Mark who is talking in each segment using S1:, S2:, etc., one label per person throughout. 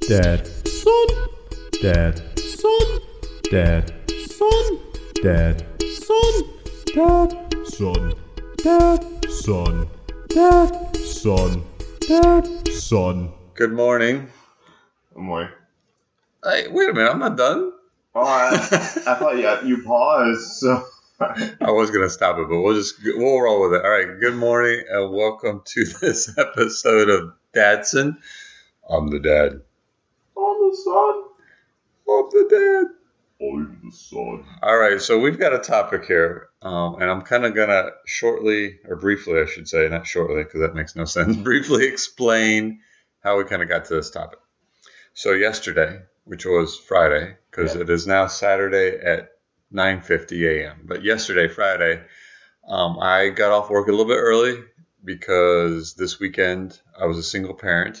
S1: Dad. Son. Dad. Son. Dad. Son. Dad. Son. Dad. Son. Dad. Son. Dad. Son. Dad. Son.
S2: Good morning.
S3: I'm like,
S2: Hey, wait a minute, I'm not done.
S3: oh, I, I thought you, you paused. So
S2: I was gonna stop it, but we'll just we'll roll with it. All right. Good morning and welcome to this episode of Dadson. I'm the dad.
S3: on the sun,
S2: I'm the dad.
S3: on the sun.
S2: All right, so we've got a topic here, um, and I'm kind of gonna shortly or briefly, I should say, not shortly because that makes no sense. Briefly explain how we kind of got to this topic. So yesterday, which was Friday, because
S3: Yeah.
S2: it is now Saturday at 9:50 a.m. But yesterday, Friday, um, I got off work a little bit early because this weekend I was a single parent.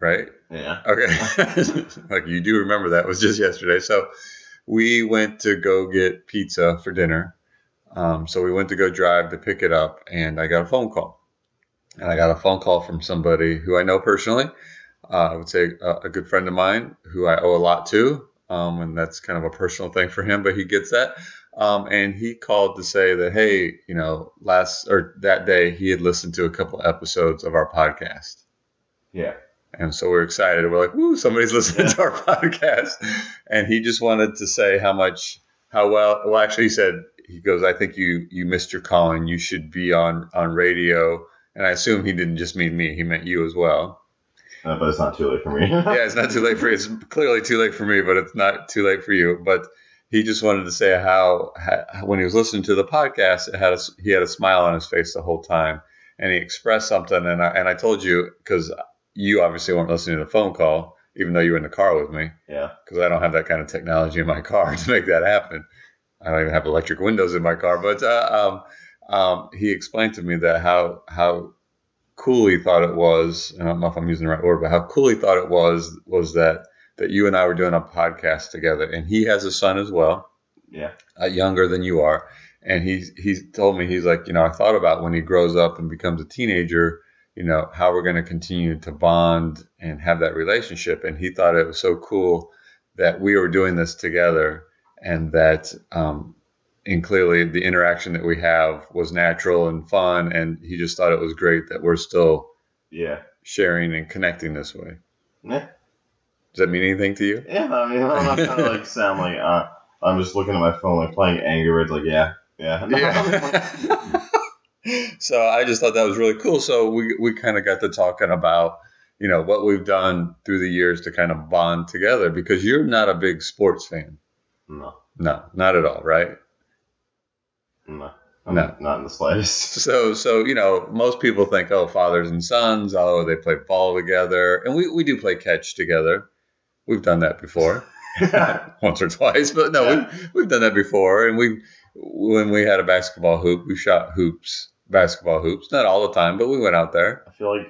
S2: Right.
S3: Yeah.
S2: Okay. like you do remember that was just yesterday. So we went to go get pizza for dinner. Um, so we went to go drive to pick it up, and I got a phone call. And I got a phone call from somebody who I know personally. Uh, I would say a, a good friend of mine who I owe a lot to. Um, and that's kind of a personal thing for him, but he gets that. Um, and he called to say that, hey, you know, last or that day he had listened to a couple episodes of our podcast.
S3: Yeah.
S2: And so we're excited. We're like, woo, somebody's listening to our podcast. And he just wanted to say how much, how well, well, actually, he said, he goes, I think you, you missed your calling. You should be on, on radio. And I assume he didn't just mean me, he meant you as well.
S3: Uh, but it's not too late for me.
S2: Yeah, it's not too late for you. It's clearly too late for me, but it's not too late for you. But he just wanted to say how, how when he was listening to the podcast, it had a, he had a smile on his face the whole time. And he expressed something. And I, and I told you, because you obviously weren't listening to the phone call, even though you were in the car with me,
S3: yeah.
S2: because I don't have that kind of technology in my car to make that happen. I don't even have electric windows in my car. But uh, um, um, he explained to me that how how cool he thought it was. and I don't know if I'm using the right word, but how cool he thought it was was that that you and I were doing a podcast together, and he has a son as well
S3: Yeah.
S2: uh, younger than you are. And he's he's told me he's like you know I thought about when he grows up and becomes a teenager, you know how we're going to continue to bond and have that relationship. And he thought it was so cool that we were doing this together, and that um, and clearly the interaction that we have was natural and fun. And he just thought it was great that we're still
S3: Yeah.
S2: sharing and connecting this way.
S3: Yeah.
S2: Does that mean anything to you?
S3: Yeah. I mean, I'm not trying to like sound like uh, I'm just looking at my phone, like playing Angry Birds, like yeah, yeah.
S2: Yeah. so I just thought that was really cool. So we we kind of got to talking about you know what we've done through the years to kind of bond together because you're not a big sports fan.
S3: no,
S2: No, not at all, right?
S3: no, I'm
S2: No.
S3: not in the slightest.
S2: So so you know most people think oh fathers and sons oh they play ball together and we we do play catch together. We've done that before.
S3: yeah.
S2: once or twice, but no,
S3: Yeah.
S2: we've, we've done that before. And we, when we had a basketball hoop, we shot hoops, basketball hoops, not all the time, but we went out there.
S3: I feel like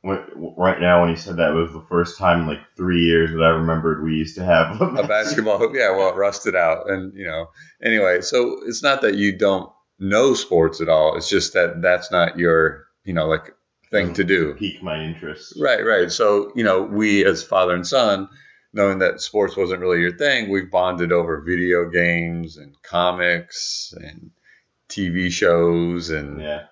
S3: when, right now when you said that it was the first time in like three years that I remembered we used to have
S2: A basketball hoop, yeah, well, it rusted out, and you know, anyway. So it's not that you don't know sports at all. It's just that that's not your, you know, like thing to do.
S3: pique my interest.
S2: Right, right. So, you know, we as father and son, knowing that sports wasn't really your thing, we've bonded over video games and comics and TV shows and
S3: Yeah,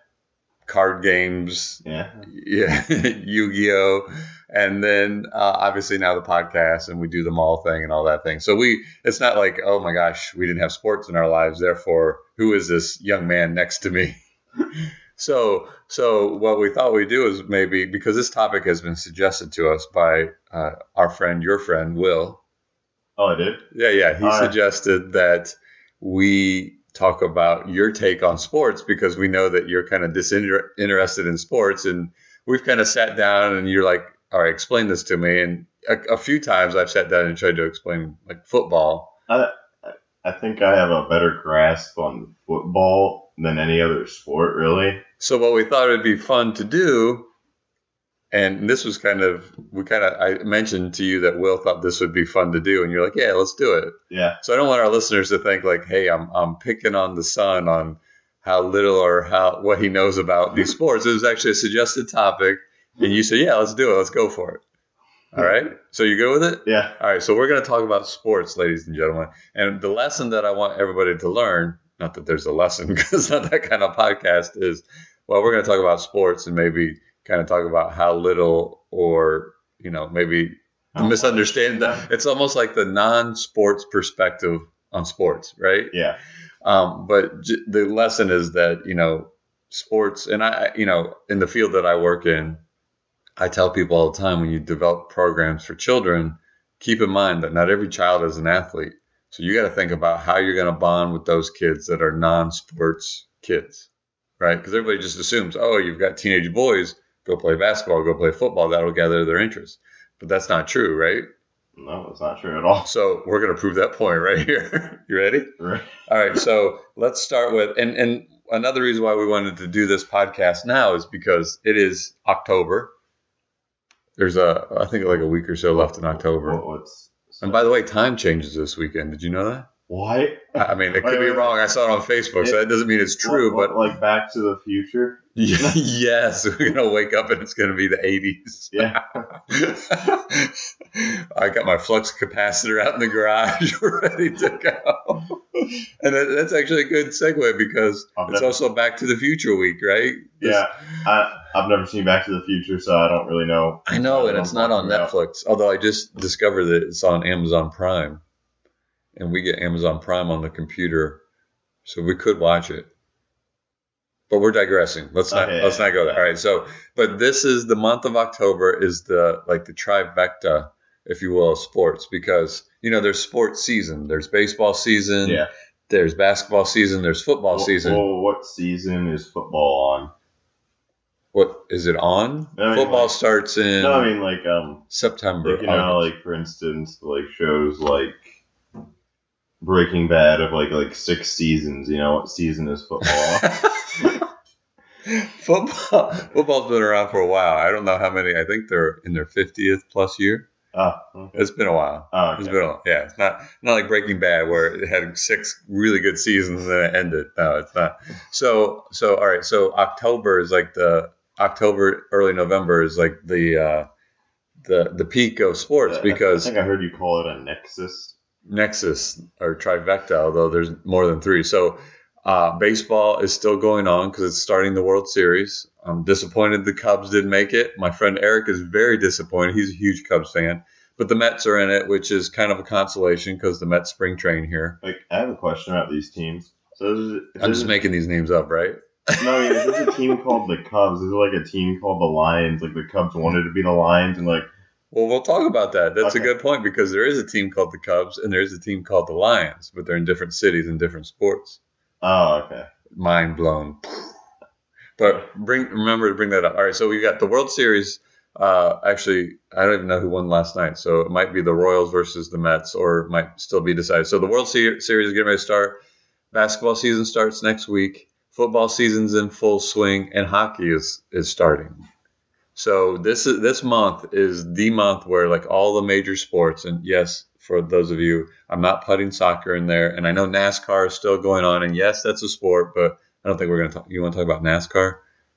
S2: card games,
S3: yeah.
S2: yeah, Yu-Gi-Oh, and then uh, obviously now the podcast, and we do the mall thing and all that thing. So we, it's not like oh my gosh, we didn't have sports in our lives, therefore who is this young man next to me? so, so what we thought we'd do is maybe because this topic has been suggested to us by uh, our friend, your friend Will.
S3: Oh, I did.
S2: Yeah, yeah. He
S3: All right.
S2: suggested that we talk about your take on sports because we know that you're kind of disinterested in sports, and we've kind of sat down and you're like, "All right, explain this to me." And a, a few times I've sat down and tried to explain like football.
S3: I think I have a better grasp on football than any other sport, really.
S2: So what we thought would be fun to do, and this was kind of we kind of I mentioned to you that Will thought this would be fun to do, and you're like, "Yeah, let's do it."
S3: Yeah,
S2: So I don't want our listeners to think like, "Hey, I'm I'm picking on the son on how little or how what he knows about these sports." It was actually a suggested topic, And you said, yeah, let's do it. Let's go for it. All right. So you good with it?
S3: Yeah.
S2: All right. So we're going to talk about sports, ladies and gentlemen. And the lesson that I want everybody to learn, not that there's a lesson because it's not that kind of podcast, is well, we're going to talk about sports and maybe kind of talk about how little or, you know, maybe the
S3: Oh.
S2: misunderstanding. that- It's almost like the non sports perspective on sports, right?
S3: Yeah.
S2: Um, but j- the lesson is that you know sports, and I, I- you know, in the field that I work in, I tell people all the time when you develop programs for children, keep in mind that not every child is an athlete. So you got to think about how you're going to bond with those kids that are non-sports kids, right? Because everybody just assumes, oh, you've got teenage boys, go play basketball, go play football, that'll gather their interest. But that's not true, right?
S3: No, it's not true at all.
S2: So we're going to prove that point right here. you ready?
S3: Right.
S2: All right, so let's start with and and another reason why we wanted to do this podcast now is because it is October. There's a I think like a week or so left in October.
S3: What, what's
S2: And by the way, time changes this weekend. Did you know that?
S3: what?
S2: I I mean, it could be wrong. I saw it on Facebook, so that doesn't mean it's true.
S3: What-
S2: But
S3: what, like Back to the Future.
S2: yes, we're gonna wake up and it's gonna be the 80s.
S3: Yeah.
S2: I got my flux capacitor out in the garage, ready to go. And that, that's actually a good segue because
S3: I've
S2: it's
S3: never-
S2: also Back to the Future week, right?
S3: Yeah. I I've never seen Back to the Future, so I don't really know.
S2: I know, and it's not on
S3: Yeah.
S2: Netflix. Although I just discovered that it's on Amazon Prime, and we get Amazon Prime on the computer, so we could watch it. But we're digressing. Let's not
S3: Okay.
S2: let's not go there. All right. So, but this is the month of October is the like the trifecta, if you will, of sports because you know there's sports season, there's baseball season,
S3: Yeah.
S2: there's basketball season, there's football
S3: Well-
S2: season.
S3: Well, what season is football on?
S2: what is it on?
S3: I mean,
S2: football
S3: like-
S2: starts in
S3: No, I mean like um,
S2: September.
S3: like, you know,
S2: August.
S3: like for instance, like shows like Breaking Bad of like like six seasons. You know what season is football? on?
S2: Football, football's been around for a while. I don't know how many. I think they're in their fiftieth plus year.
S3: oh, okay.
S2: It's been a while.
S3: Oh,
S2: It's
S3: okay.
S2: been a yeah. It's not not like Breaking Bad where it had six really good seasons and then it ended. No, it's not. So so all right. So October is like the October early November is like the uh, the the peak of sports
S3: I- I
S2: because
S3: think I heard you call it a nexus.
S2: Nexus or Trivecta, although there's more than three. So uh, baseball is still going on because it's starting the World Series. I'm disappointed the Cubs didn't make it. My friend Eric is very disappointed. He's a huge Cubs fan, but the Mets are in it, which is kind of a consolation because the Mets spring train here.
S3: Like I have a question about these teams. So is it, is
S2: I'm
S3: it-
S2: just making these names up, right?
S3: No, I mean, is this a team called the Cubs? Is it like a team called the Lions? Like the Cubs wanted to be the Lions, and like
S2: Well, we'll talk about that. That's a
S3: Okay.
S2: good point because there is a team called the Cubs and there is a team called the Lions, but they're in different cities and different sports.
S3: oh, okay,
S2: mind blown. But bring remember to bring that up. All right, so we got the World Series. Uh, actually, I don't even know who won last night, so it might be the Royals versus the Mets, or it might still be decided. So the World Se- Series is getting ready to start. Basketball season starts next week. Football season's in full swing, and hockey is is starting. So this is this month is the month where like all the major sports, and yes, for those of you, I'm not putting soccer in there, and I know NASCAR is still going on, and yes, that's a sport, but I don't think we're gonna talk. You want to talk about NASCAR?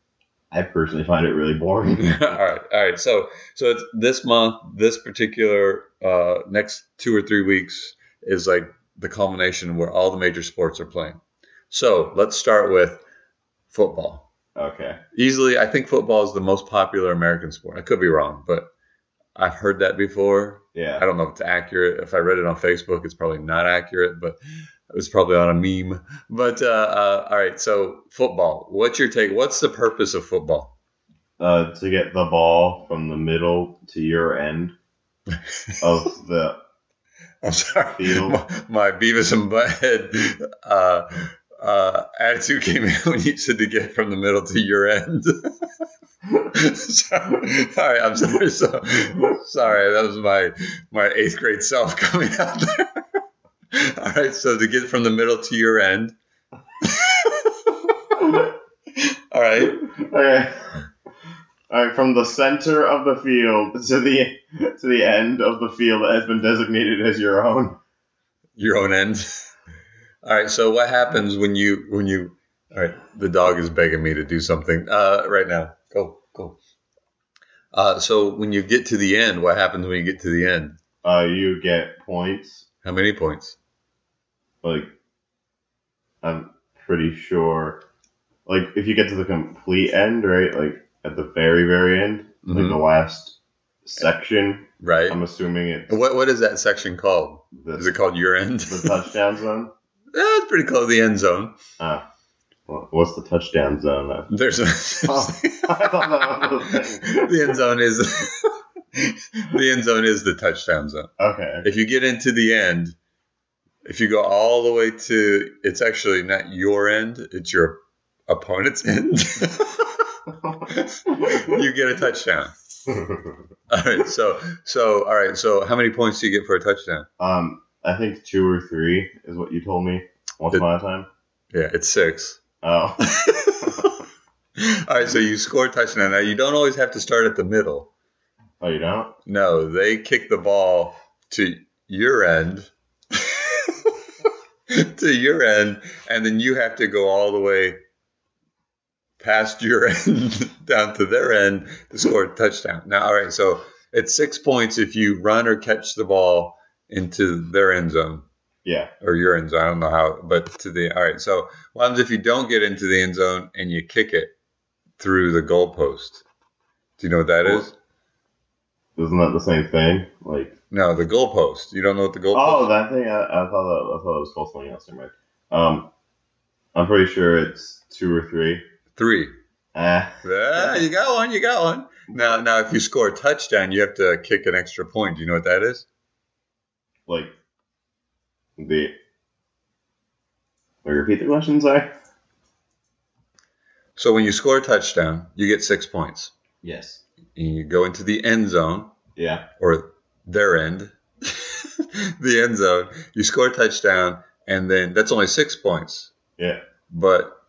S3: I personally find it really boring.
S2: all right, all right. So, so it's this month, this particular uh, next two or three weeks is like the culmination where all the major sports are playing. So let's start with football.
S3: Okay,
S2: Easily, I think football is the most popular American sport. I could be wrong, but I've heard that before. I
S3: yeah,
S2: don't know if it's accurate. If I read it on Facebook, it's probably not accurate, but it was probably on a meme. But uh, uh, all right, so football. What's your take? What's the purpose of football?
S3: uh, to get the ball from the middle to your end of the
S2: I'm sorry.
S3: Field.
S2: My, my Beavis and Butthead uh, uh, attitude came in when you said to get from the middle to your end. sorry, all right, I'm sorry. So, sorry, that was my my eighth grade self coming out there. All right, so to get from the middle to your end. all right.
S3: okay. All right, from the center of the field to the to the end of the field that has been designated as your own.
S2: your own end. All right. So what happens when you when you? All right. The dog is begging me to do something uh, right now. Go go. Uh, so when you get to the end, what happens when you get to the end?
S3: Uh, you get points.
S2: How many points?
S3: Like, I'm pretty sure. Like, if you get to the complete end, right? Like at the very, very end, like
S2: Mhm.
S3: the last section.
S2: Right.
S3: I'm assuming it's
S2: And what what is that section called?
S3: the,
S2: Is it called your end?
S3: the touchdown zone.
S2: That's pretty close to the end zone.
S3: Ah, Wha- what's the touchdown zone? Uh,
S2: There's
S3: Oh, I thought that was the thing.
S2: the end zone is the end zone is the touchdown zone.
S3: Okay.
S2: If you get into the end, if you go all the way to, it's actually not your end; it's your opponent's end. you get a touchdown. All right. So so all right. So how many points do you get for a touchdown?
S3: um, I think two or three is what you told me once
S2: Did-
S3: upon a time.
S2: Yeah, it's six.
S3: Oh,
S2: all right. So you score a touchdown. Now you don't always have to start at the middle.
S3: oh, you don't?
S2: No, they kick the ball to your end, to your end, and then you have to go all the way past your end down to their end to score a touchdown. Now, all right, so it's six points if you run or catch the ball into their end zone
S3: Yeah.
S2: or your end zone. I don't know how, but to the all right. So what happens if you don't get into the end zone and you kick it through the goalpost? Do you know what that is?
S3: Isn't that the same thing? Like,
S2: No, the goalpost. You don't know what the
S3: oh,
S2: goalpost.
S3: that thing. I, I thought that, I thought it was called something else. Never mind. Um, I'm pretty sure it's two or three.
S2: Three.
S3: Eh.
S2: Ah, you got one. You got one. Now, now, if you score a touchdown, you have to kick an extra point. Do you know what that is?
S3: like the. Wait, repeat the question, sorry.
S2: So when you score a touchdown, you get six points.
S3: Yes.
S2: And you go into the end zone
S3: Yeah.
S2: or their end, the end zone. You score a touchdown, and then that's only six points.
S3: Yeah.
S2: But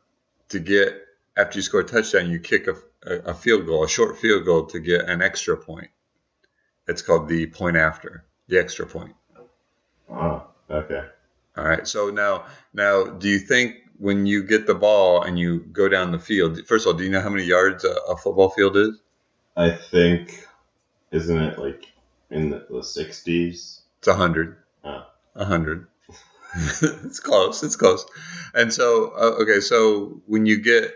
S2: to get after you score a touchdown, you kick a, a, a field goal, a short field goal to get an extra point. It's called the point after, the extra point.
S3: Oh, okay.
S2: All right. So now, now, do you think when you get the ball and you go down the field? First of all, do you know how many yards a, a football field is?
S3: I think, isn't it like in the, the 60s?
S2: It's a hundred.
S3: Oh.
S2: A hundred. it's close. It's close. And so, uh, okay. So when you get,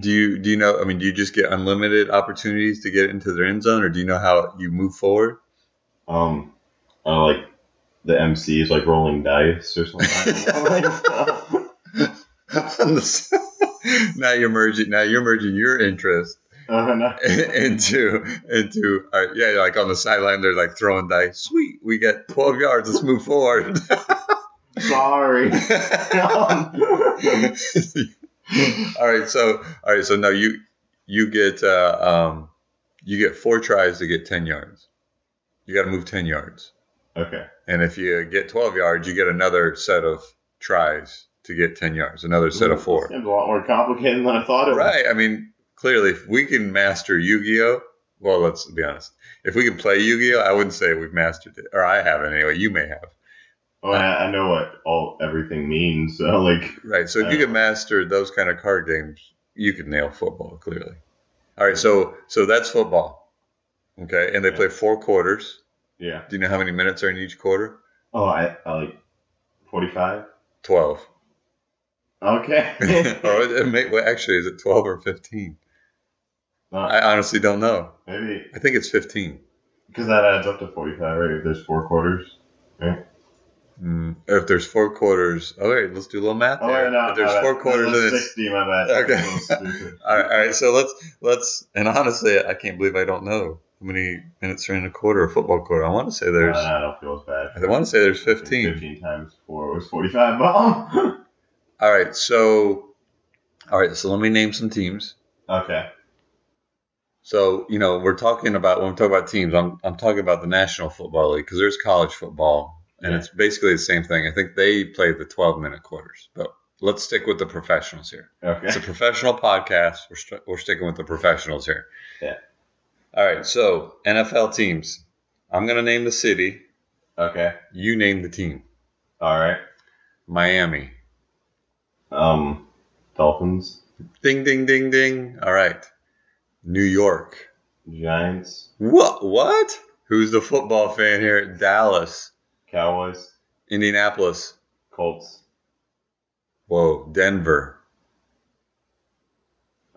S2: do you do you know? I mean, do you just get unlimited opportunities to get into their end zone, or do you know how you move forward?
S3: Um, uh, like the MC is like rolling dice or something. Oh, I don't know.
S2: On the s- now you're merging. Now you're merging your interest
S3: Uh, no.
S2: into into all right, yeah, like on the sideline, they're like throwing dice. Sweet, we got 12 yards. Let's move forward.
S3: Sorry.
S2: all right, so all right, so now you you get uh, um, you get four tries to get 10 yards. You got to move 10 yards,
S3: okay.
S2: and if you get 12 yards, you get another set of tries to get 10 yards, another set of four.
S3: This game's a lot more complicated than I thought it
S2: Right. I mean, clearly, if we can master Yu-Gi-Oh, well, let's be honest. If we can play Yu-Gi-Oh, I wouldn't say we've mastered it, or I haven't anyway. You may have.
S3: was. Well, Oh, I, I know what all everything means. So like,
S2: Right. So if you
S3: Uh.
S2: can master those kind of card games, you can nail football clearly. All right. So so that's football. Okay, and they play four quarters.
S3: yeah.
S2: Do you know how many minutes are in each quarter?
S3: Oh, I, I like forty-five.
S2: Twelve.
S3: Okay.
S2: or it may, well, actually, is it twelve or fifteen?
S3: No,
S2: I honestly don't know.
S3: maybe
S2: I think it's fifteen.
S3: because that adds up to forty-five, right? If there's four quarters.
S2: Mm, if there's four quarters, all right, let's do a little math.
S3: Oh,
S2: there.
S3: wait, no,
S2: if there's
S3: no,
S2: four
S3: that-
S2: quarters,
S3: that's
S2: then it's
S3: sixty. My bad.
S2: Okay.
S3: That's so stupid.
S2: all right, all right. So let's let's and honestly, I can't believe I don't know how many minutes are in a quarter, a football quarter. I want to say there's,
S3: I don't feel as bad.
S2: I want to say there's fifteen.
S3: times four was forty-five. Bomb.
S2: All right, so all right, so let me name some teams.
S3: okay.
S2: So you know, we're talking about when we talk about teams, I'm I'm talking about the National Football League because there's college football, and
S3: Yeah.
S2: it's basically the same thing. I think they play the 12 minute quarters, but let's stick with the professionals here. It's a
S3: Okay.
S2: professional podcast. We're, st- we're sticking with the professionals here.
S3: Yeah.
S2: All right. So NFL teams. I'm going to name the city.
S3: Okay.
S2: You name the team.
S3: All right.
S2: Miami.
S3: Um, Dolphins.
S2: Ding, ding, ding, ding. All right. New York.
S3: Giants,
S2: What? What? Who's the football fan here? Dallas,
S3: Cowboys,
S2: Indianapolis.
S3: Colts.
S2: Whoa, Denver.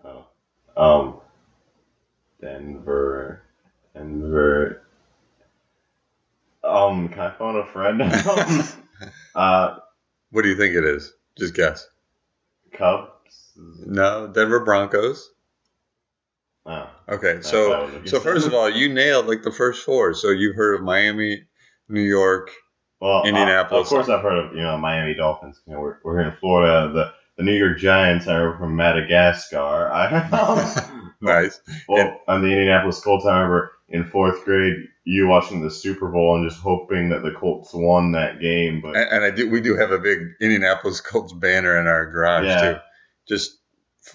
S3: Oh. Um. Denver. Denver. Um. Can I phone a friend? Um, uh.
S2: What do you think it is? Just guess.
S3: Cubs.
S2: No, Denver Broncos.
S3: Oh.
S2: Okay,
S3: That's what I
S2: so
S3: was looking
S2: so
S3: for.
S2: first of all, you nailed like the first four. So you've heard of Miami, New York.
S3: Well, uh,
S2: Indianapolis.
S3: of course, I've heard of you know Miami Dolphins. You know, we're, we're here in Florida. The the New York Giants are from Madagascar. I
S2: Nice.
S3: well, on the Indianapolis Colts. I remember in fourth grade you watching the Super Bowl and just hoping that the Colts won that game. But
S2: And, and I do. We do have a big Indianapolis Colts banner in our garage
S3: Yeah.
S2: too. Just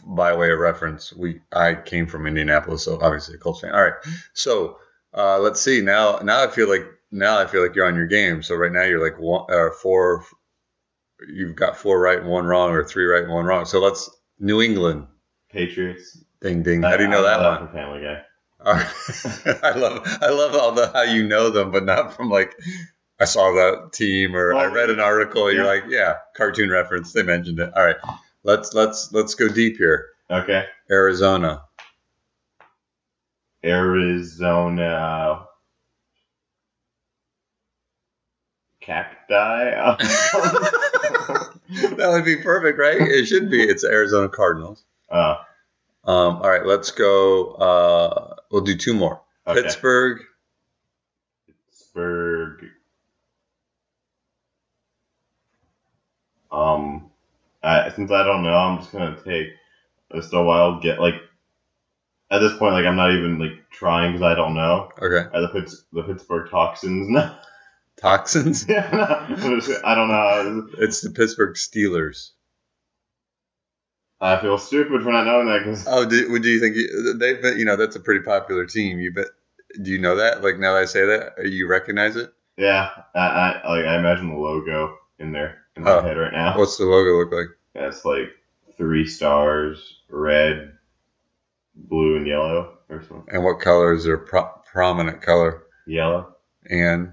S2: by way of reference, we I came from Indianapolis, so obviously a Colts fan. All right. So uh, let's see. Now, now I feel like now I feel like you're on your game. So right now you're like one or four. You've got four right and one wrong, or three right and one wrong. So let's New England.
S3: Patriots.
S2: Ding ding. How do you know that one?
S3: From Family Guy.
S2: All right. I love I love all the how you know them, but not from like I saw that team or I
S3: Well,
S2: read an article. You're
S3: yeah.
S2: like, yeah, cartoon reference. They mentioned it. All right, let's let's let's go deep here.
S3: Okay.
S2: Arizona,
S3: Arizona. Cacti.
S2: that would be perfect, right? It should be. It's Arizona Cardinals.
S3: oh,
S2: Um, all right, let's go. Uh, we'll do two more.
S3: okay.
S2: Pittsburgh.
S3: Pittsburgh. Um, I, since I don't know, I'm just gonna take just a wild get. Like at this point, like I'm not even like trying because I don't know.
S2: Okay,
S3: Are the Pitts, the Pittsburgh Toxins? No,
S2: Toxins.
S3: yeah, no. I'm just- I don't know.
S2: It's the Pittsburgh Steelers.
S3: I feel stupid for not knowing that because
S2: Oh, do, would- do you think you, they've been? You know, that's a pretty popular team. You bet. Do you know that? Like now that I say that, you recognize it.
S3: yeah, I, I like I imagine the logo in there in my
S2: Oh.
S3: head right now.
S2: What's the logo look like?
S3: That's like three stars, red, blue, and yellow or something.
S2: And what color is their pro- prominent color?
S3: Yellow,
S2: And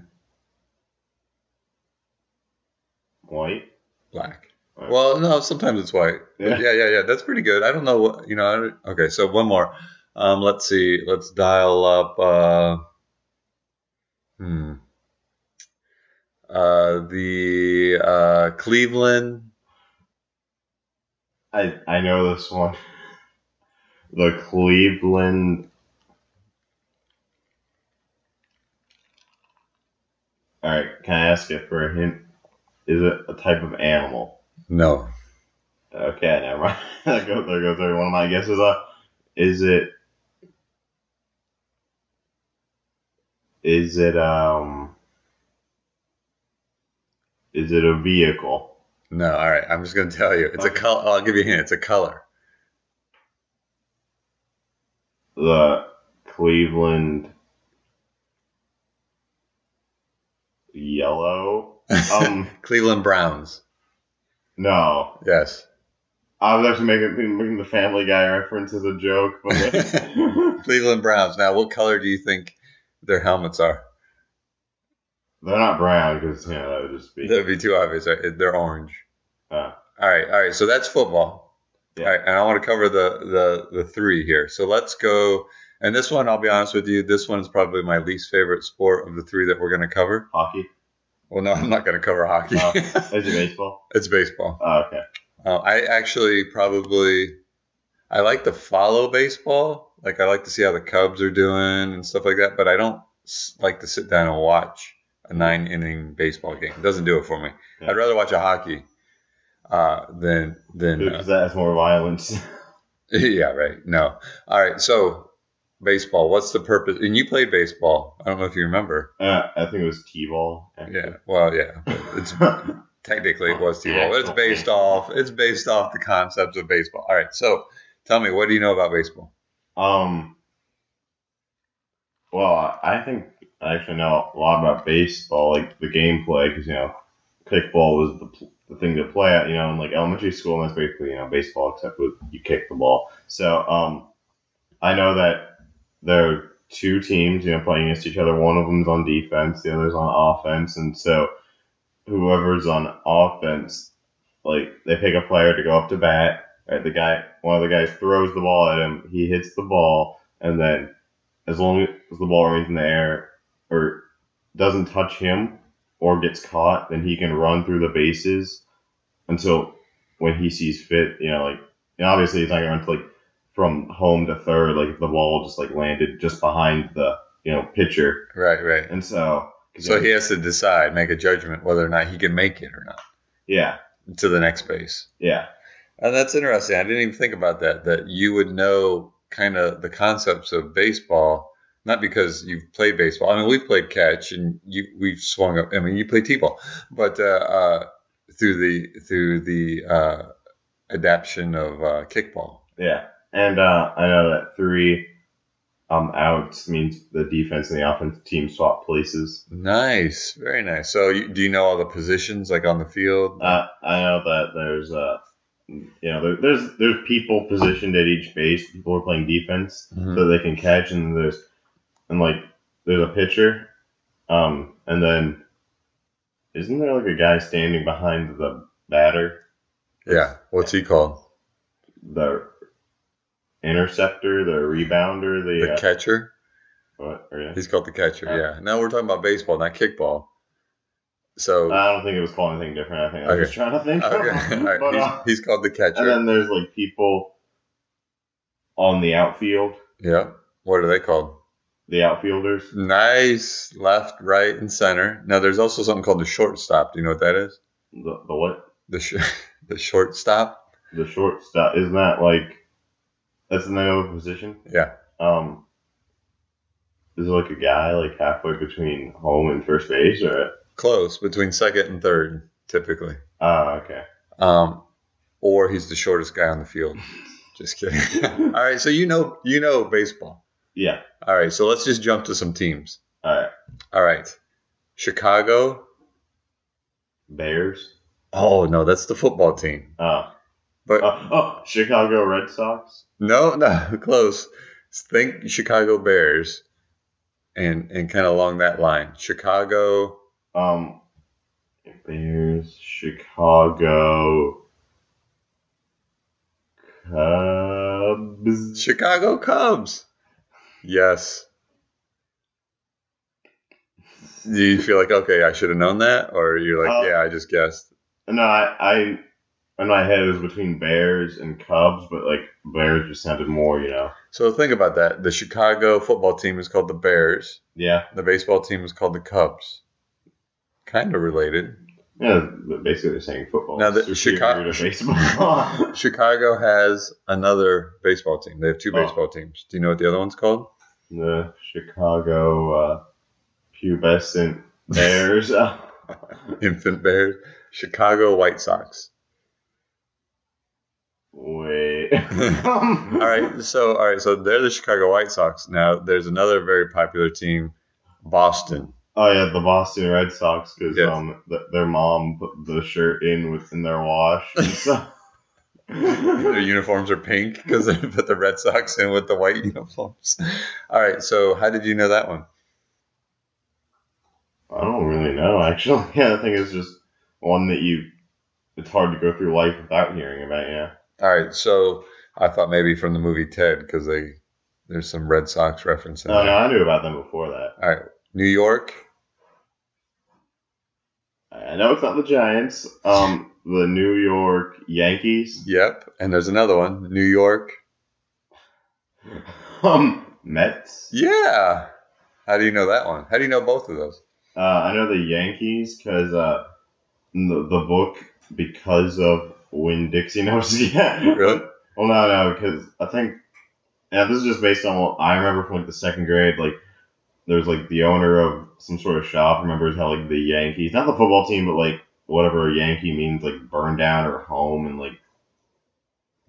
S3: white.
S2: black.
S3: Right.
S2: Well, no, sometimes it's white. Yeah,
S3: Yeah.
S2: yeah, yeah. That's pretty good. I don't know what you know. I don't- okay, so one more. Um, let's see. Let's dial up. Uh, hmm. Uh, the uh, Cleveland.
S3: I I know this one. The Cleveland. All right, can I ask you for a hint? Is it a type of animal?
S2: No,
S3: Okay, never mind. there goes there goes every one of my guesses. Uh, is it? Is it um? Is it a vehicle?
S2: no. All right, I'm just gonna tell you. It's a
S3: Okay.
S2: color. I'll give you a hint. It's a color.
S3: the Cleveland yellow. Um,
S2: Cleveland Browns.
S3: no,
S2: Yes.
S3: I was actually making, making the Family Guy reference as a joke, but
S2: Cleveland Browns. Now, what color do you think their helmets are?
S3: they're not brown because you know that would just be
S2: That'd be too obvious. Right? They're orange.
S3: Uh.
S2: all right, all right. So that's football.
S3: Yeah.
S2: All right, and I want to cover the the the three here. So let's go. And this one, I'll be honest with you, this one is probably my least favorite sport of the three that we're going to cover.
S3: hockey.
S2: Well, no, I'm not going to cover hockey.
S3: Oh. Is it baseball?
S2: it's baseball.
S3: Oh, okay.
S2: Uh, I actually probably I like to follow baseball. Like I like to see how the Cubs are doing and stuff like that. But I don't s- like to sit down and watch a nine inning baseball game. It doesn't do it for me.
S3: Yeah.
S2: I'd rather watch a hockey uh, than than uh,
S3: Because that has more violence.
S2: yeah right no all right so baseball what's the purpose and you played baseball i don't know if you remember
S3: Uh, I think it was t-ball.
S2: yeah well yeah it's technically it was t-ball but it's based off it's based off the concepts of baseball all right so tell me what do you know about baseball
S3: Um. Well, I- I think I actually know a lot about baseball, like the gameplay, because you know, kickball was the pl- the thing to play at, you know, in like elementary school, and that's basically you know baseball except with you kick the ball. So, um, I know that there two teams, you know, playing against each other. One of them's on defense, the other's on offense, and so whoever's on offense, like they pick a player to go up to bat. Right, the guy, one of the guys throws the ball at him. He hits the ball, and then as long as the ball remains in the air or doesn't touch him or gets caught, then he can run through the bases until when he sees fit. You know, like and obviously he's not going to run to like from home to third, like if the ball just like landed just behind the you know pitcher,
S2: Right, right.
S3: and so
S2: So
S3: yeah,
S2: he has to decide, make a judgment whether or not he can make it or not
S3: yeah,
S2: to the next base.
S3: yeah,
S2: And that's interesting. I didn't even think about that, that you would know kind of the concepts of baseball, not because you've played baseball. I mean, we've played catch and you, we've swung up. I mean, you play T-ball, but uh, uh, through the through the uh, adaption of uh, kickball.
S3: yeah. And uh, I know that three um outs means the defense and the offense team swap places.
S2: Nice. Very nice. So you, do you know all the positions like on the field?
S3: Uh, I know that there's uh you know there, there's there's people positioned at each base. People are playing defense
S2: Mhm.
S3: so they can catch, and there's and like there's a pitcher, um, and then isn't there like a guy standing behind the batter?
S2: Yeah. What's he called?
S3: the interceptor, the rebounder,
S2: The
S3: the, uh,
S2: catcher?
S3: what, or, yeah.
S2: He's called the catcher.
S3: Yeah.
S2: Yeah. Now we're talking about baseball, not kickball. So
S3: I don't think it was called anything different. I think I was
S2: Okay.
S3: just trying to think.
S2: okay, all right.
S3: but,
S2: he's,
S3: uh,
S2: he's called the
S3: and
S2: catcher.
S3: then there's like people on the outfield,
S2: yeah. What are they called?
S3: the outfielders.
S2: Nice left, right, and center. Now there's also something called the shortstop. Do you know what that is?
S3: The, the what?
S2: The sh- the shortstop.
S3: The shortstop. Isn't that like that's the name of a position?
S2: Yeah.
S3: Um, is it like a guy like halfway between home and first base, or?
S2: Close between second and third, typically.
S3: Ah, okay.
S2: Um, or he's the shortest guy on the field. Just kidding. All right, so you know you know baseball.
S3: Yeah.
S2: All right, so let's just jump to some teams.
S3: All right.
S2: All right, Chicago.
S3: Bears.
S2: Oh no, that's the football team.
S3: Oh.
S2: But
S3: oh, oh, Chicago Red Sox.
S2: No, no, close. Think Chicago Bears, and and kind of along that line. Chicago.
S3: Um, Bears, Chicago, Cubs.
S2: Chicago Cubs. Yes. Do you feel like okay, I should have known that, or you're like,
S3: Uh,
S2: yeah, I just guessed.
S3: No, I, I, in my head it was between Bears and Cubs, but like Bears just sounded more, you know.
S2: So think about that. The Chicago football team is called the Bears.
S3: Yeah,
S2: The baseball team is called the Cubs. Kind of related.
S3: yeah. but Basically, they're saying football.
S2: Now, the
S3: is
S2: Chica-
S3: superior to baseball.
S2: Chicago has another baseball team. They have two
S3: Oh.
S2: baseball teams. Do you know what the other one's called?
S3: the Chicago uh, pubescent Bears. Uh,
S2: Infant Bears, Chicago White Sox.
S3: Wait.
S2: All right, so all right, so they're the Chicago White Sox. Now there's another very popular team, Boston.
S3: Oh yeah, the Boston Red Sox because
S2: Yes.
S3: um th- their mom put the shirt in within their wash. and so-
S2: Their uniforms are pink because they put the Red Sox in with the white uniforms. All right, so how did you know that one?
S3: I don't really know actually. Yeah, I think it's just one that you. It's hard to go through life without hearing about. Yeah.
S2: All right, so I thought maybe from the movie Ted because they there's some Red Sox reference in
S3: Uh, No,
S2: there.
S3: no, I knew about them before that.
S2: All right, New York.
S3: I know it's not the Giants. Um, the New York Yankees.
S2: Yep, and there's another one, New York.
S3: Um, Mets.
S2: Yeah. How do you know that one? How do you know both of those?
S3: Uh, I know the Yankees because uh, in the the book because of Win Dixie knows. Yeah.
S2: Really?
S3: Well, no, no, because I think yeah, this is just based on what I remember from like the second grade. Like, there's like the owner of some sort of shop remembers how like the Yankees, not the football team, but like whatever a Yankee means, like burn down or home, and like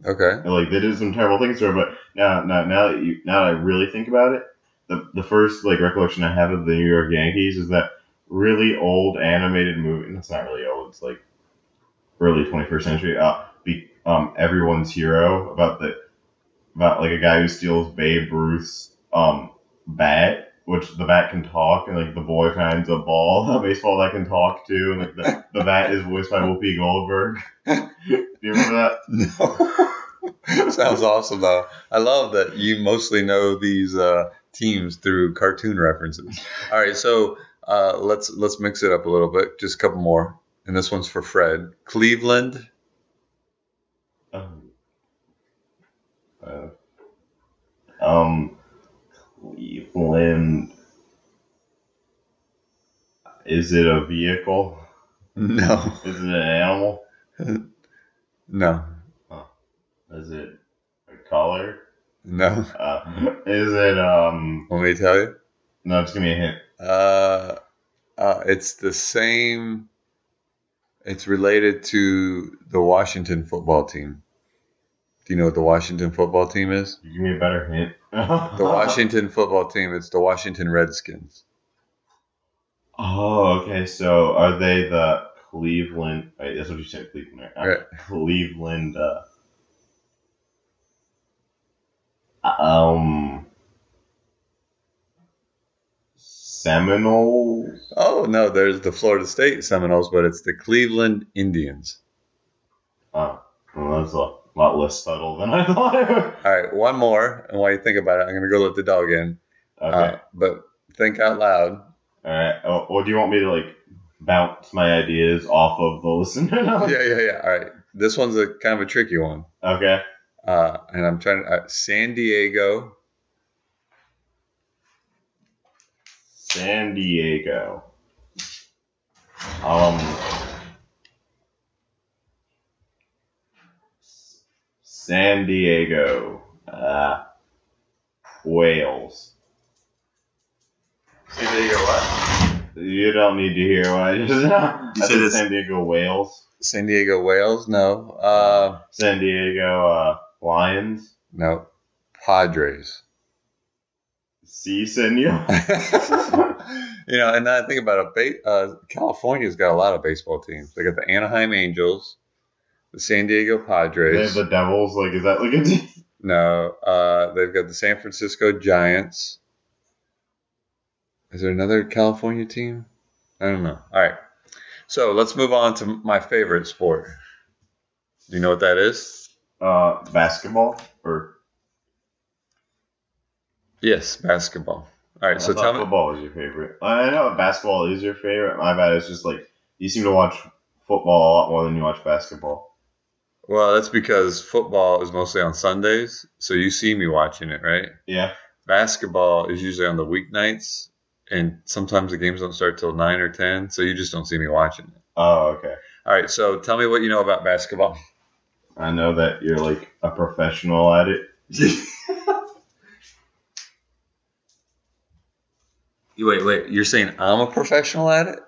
S2: Okay.
S3: and, like they did some terrible things to her. But now, now, now that you now that I really think about it, the the first like recollection I have of the New York Yankees is that really old animated movie. And it's not really old. It's like early 21st century. Uh, be, um, everyone's hero about the about like a guy who steals Babe Ruth's um bat, which the bat can talk, and like the boy finds a ball, a baseball that can talk to, and like the, the bat is voiced by Whoopi Goldberg. Do you remember that?
S2: No. Sounds awesome though. I love that you mostly know these uh, teams through cartoon references. All right, so uh, let's let's mix it up a little bit. Just a couple more, and this one's for Fred. Cleveland.
S3: Um, uh, um, Cleveland. Is it a vehicle?
S2: No,
S3: Is it an animal?
S2: no,
S3: Is it a color?
S2: no.
S3: Uh, is it um?
S2: Let me to tell you.
S3: No, just give me a hint.
S2: Uh, uh, it's the same. It's related to the Washington football team. Do you know what the Washington football team is?
S3: You give me a better hint.
S2: The Washington football team. It's the Washington Redskins.
S3: Oh, okay. So are they the Cleveland? Wait, that's what you said, Cleveland. Right? Uh,
S2: Right.
S3: Cleveland. Uh, um, Seminoles.
S2: Oh no, there's the Florida State Seminoles, but it's the Cleveland Indians.
S3: Oh, well, that's a lot less subtle than I thought. it would.
S2: All right, one more, and while you think about it, I'm gonna go let the dog in.
S3: okay.
S2: Uh, but think out loud.
S3: All right. Oh, or do you want me to like bounce my ideas off of the listener?
S2: Yeah, yeah, yeah. All right, this one's a kind of a tricky one,
S3: Okay.
S2: uh, and I'm trying to uh, San Diego.
S3: San Diego. Um. San Diego. Uh, Wales.
S2: San Diego what?
S3: You don't need to hear what I just
S2: You
S3: I
S2: said
S3: said.
S2: it's-
S3: San Diego Wales.
S2: San Diego Whales? No. Uh,
S3: San Diego uh, Lions.
S2: no. Padres.
S3: See, Senor.
S2: you know, and now I think about it. Ba- uh, California's got a lot of baseball teams. They got the Anaheim Angels, the San Diego
S3: They
S2: Padres.
S3: have the Devils. Like, is that like a team?
S2: No, uh, they've got the San Francisco Giants. Is there another California team? I don't know. All right. So let's move on to my favorite sport. Do you know what that is?
S3: Uh, basketball or
S2: Yes, basketball. All right. So
S3: I thought
S2: tell me.
S3: football was your favorite. I know basketball is your favorite. My bad. It's just like you seem to watch football a lot more than you watch basketball.
S2: Well, that's because football is mostly on Sundays. So you see me watching it, right?
S3: Yeah.
S2: Basketball is usually on the weeknights. And sometimes the games don't start till 9 or 10. So you just don't see me watching it.
S3: Oh, okay.
S2: All right. So tell me what you know about basketball.
S3: I know that you're like a professional at it.
S2: You wait, wait. You're saying I'm a professional at it?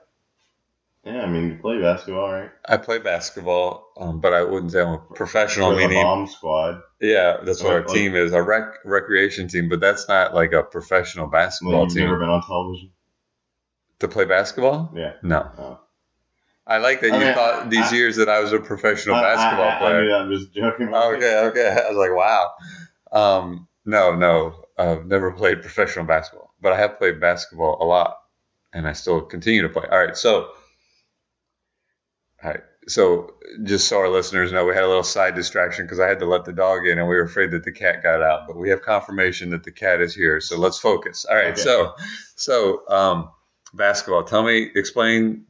S3: Yeah, I mean you play basketball, right?
S2: I play basketball, um, but I wouldn't say I'm a professional.
S3: You're the
S2: Meaning,
S3: bomb squad.
S2: yeah, that's what our
S3: Like-
S2: team is—a rec recreation team. But that's not like a professional
S3: Well,
S2: basketball
S3: you've
S2: team
S3: never been on television.
S2: to play basketball.
S3: Yeah.
S2: No.
S3: Oh.
S2: I like that
S3: I
S2: you
S3: mean,
S2: thought these
S3: I-
S2: years that I was a professional basketball
S3: I, I,
S2: player.
S3: I knew that. I'm just joking.
S2: Okay, okay. I was like, wow. Um, no, no, I've never played professional basketball, but I have played basketball a lot, and I still continue to play. All right, so, all right, so just so our listeners know, we had a little side distraction because I had to let the dog in, and we were afraid that the cat got out, but we have confirmation that the cat is here, so let's focus. All right,
S3: Okay.
S2: so, so um, basketball. Tell me, explain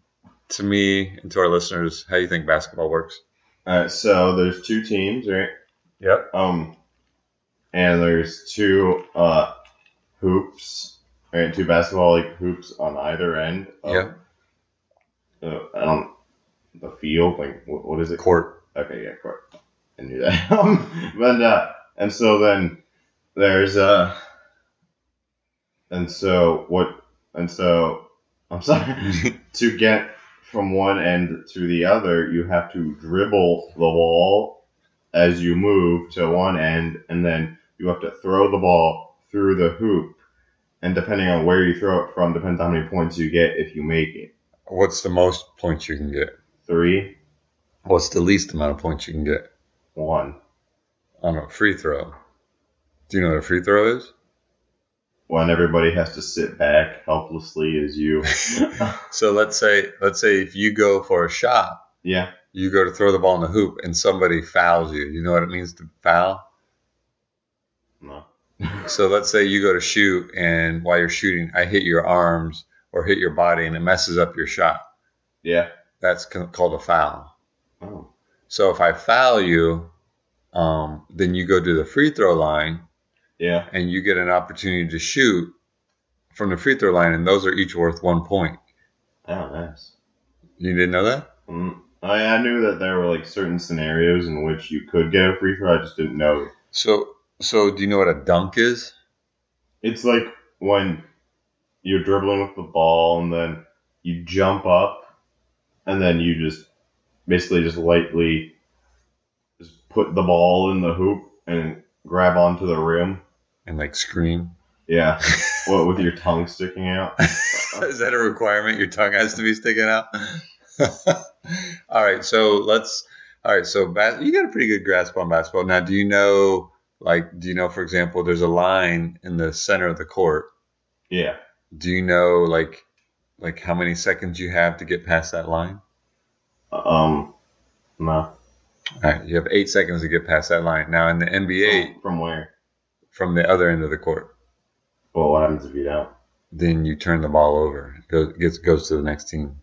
S2: to me and to our listeners how you think basketball works.
S3: All right. So there's two teams, right?
S2: Yep.
S3: Um, and there's two uh hoops, right? Two basketball like hoops on either end. Of,
S2: Yeah.
S3: Uh, I don't the field like what, what is it?
S2: Court.
S3: Okay, yeah, court. I knew that. um, but uh, and so then there's uh, and so what? And so I'm sorry. to get from one end to the other, you have to dribble the ball as you move to one end, and then you have to throw the ball through the hoop. And depending on where you throw it from, depends how many points you get if you make it.
S2: What's the most points you can get?
S3: Three,
S2: What's the least amount of points you can get
S3: one.
S2: on a free throw? Do you know what a free throw is?
S3: when everybody has to sit back helplessly as you.
S2: So let's say let's say if you go for a shot,
S3: yeah.
S2: you go to throw the ball in the hoop, and somebody fouls you. You know what it means to foul.
S3: No.
S2: So let's say you go to shoot, and while you're shooting, I hit your arms or hit your body, and it messes up your shot.
S3: Yeah.
S2: That's c- called a foul.
S3: Oh.
S2: So if I foul you, um, then you go to the free throw line,
S3: Yeah.
S2: and you get an opportunity to shoot from the free throw line, and those are each worth one point.
S3: Oh, nice.
S2: You didn't know that?
S3: Mm. I, I knew that there were like certain scenarios in which you could get a free throw. I just didn't know.
S2: So, so do you know what a dunk is?
S3: It's like when you're dribbling with the ball and then you jump up and then you just basically just lightly just put the ball in the hoop and grab onto the rim.
S2: And like scream.
S3: Yeah. what with your tongue sticking out?
S2: is that a requirement? Your tongue has to be sticking out. all right, so let's. All right, so bas- you got a pretty good grasp on basketball. Now, do you know, like, do you know, for example, there's a line in the center of the court.
S3: Yeah.
S2: Do you know, like, like how many seconds you have to get past that line?
S3: Um no.
S2: All right, you have eight seconds to get past that line. Now, in the NBA,
S3: From where?
S2: from the other end of the court,
S3: Well what happens if you don't?
S2: then you turn the ball over. It goes, gets, goes to the next team.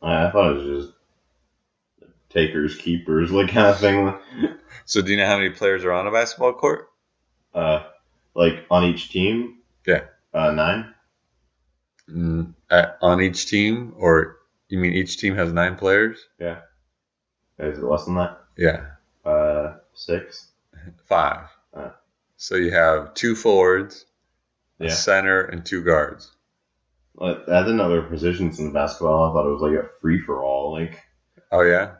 S3: I, I thought it was just takers, keepers, like kind of thing.
S2: So, do you know how many players are on a basketball court?
S3: Uh, like on each team.
S2: Yeah.
S3: Uh, nine.
S2: Mm, at, on each team, or you mean each team has nine players?
S3: Is it less than that?
S2: Yeah,
S3: Uh, six.
S2: five.
S3: Uh.
S2: So you have two forwards, a
S3: Yeah.
S2: center, and two guards.
S3: Like, I didn't know there were positions in basketball. I thought it was like a free for all. Like,
S2: Oh yeah.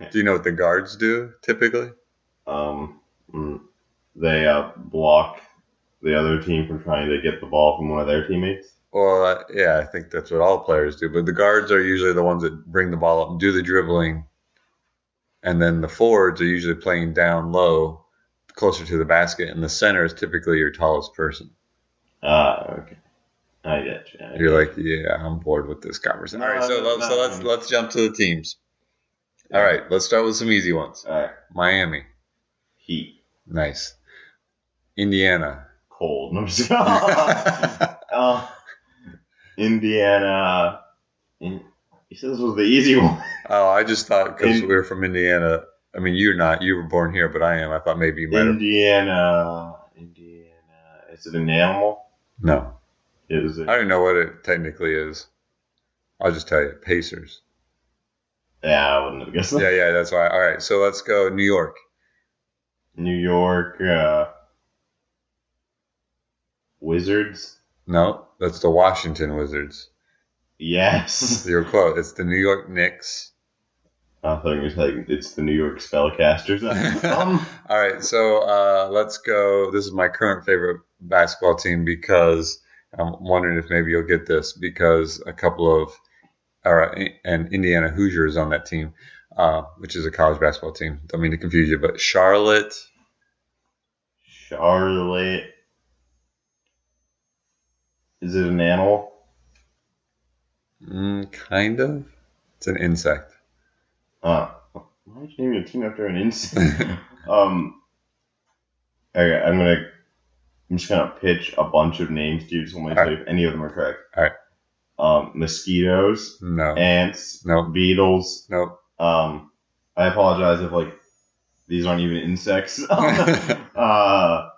S3: Yeah.
S2: Do you know what the guards do typically?
S3: um, mm, they uh, block the other team from trying to get the ball from one of their teammates.
S2: Well, uh, yeah, I think that's what all players do. But the guards are usually the ones that bring the ball up and do the dribbling, and then the forwards are usually playing down low, closer to the basket, and the center is typically your tallest person.
S3: Ah, okay. I get you.
S2: You're like, yeah, I'm bored with this conversation.
S3: No,
S2: All right, so,
S3: no,
S2: let's, so
S3: no.
S2: let's let's jump to the teams. All right, let's start with some easy ones.
S3: All right.
S2: Miami,
S3: Heat.
S2: nice. Indiana,
S3: Cold. No, I'm just- Uh, Indiana. In, you said this was the easy one.
S2: oh, I just thought because
S3: In-
S2: we were from Indiana. I mean, you're not. You were born here, but I am. I thought maybe you might have.
S3: Indiana. Indiana. Is it an animal?
S2: No,
S3: Is it?
S2: I don't know what it technically is. I'll just tell you, Pacers.
S3: yeah, I wouldn't have guessed that.
S2: Yeah, yeah, that's why. All right, so let's go New York.
S3: New York. Uh, Wizards.
S2: No, that's the Washington Wizards.
S3: Yes.
S2: You're close. It's the New York Knicks.
S3: I thought it was like it's the New York Spellcasters. um,
S2: All right, so uh, let's go. This is my current favorite basketball team because I'm wondering if maybe you'll get this because a couple of or uh, and Indiana Hoosiers on that team, uh, which is a college basketball team. Don't mean to confuse you, but Charlotte.
S3: Charlotte. Is it an animal?
S2: Mm, kind of. It's an insect.
S3: Uh, why did you name your team after an insect? um, okay, I'm gonna, I'm just gonna pitch a bunch of names to you. Just want to tell you if any of them are correct.
S2: All right.
S3: Um, mosquitoes,
S2: No.
S3: ants,
S2: No.
S3: beetles.
S2: No.
S3: Um, I apologize if like these aren't even insects. uh,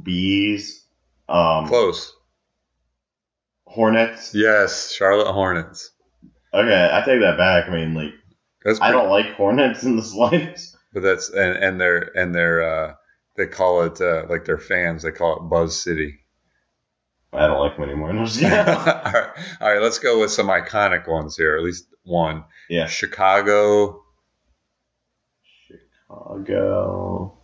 S3: bees. Um,
S2: Close.
S3: hornets.
S2: Yes, Charlotte Hornets.
S3: Okay, I take that back. I mean, like,
S2: That's
S3: I
S2: pretty-
S3: don't like hornets in the slightest.
S2: But that's and and their and their uh, they call it uh, like their fans they call it Buzz City.
S3: I don't like them anymore. No, I'm just
S2: all,
S3: kidding.
S2: right, all right, let's go with some iconic ones here. At least one.
S3: Yeah.
S2: Chicago.
S3: Chicago.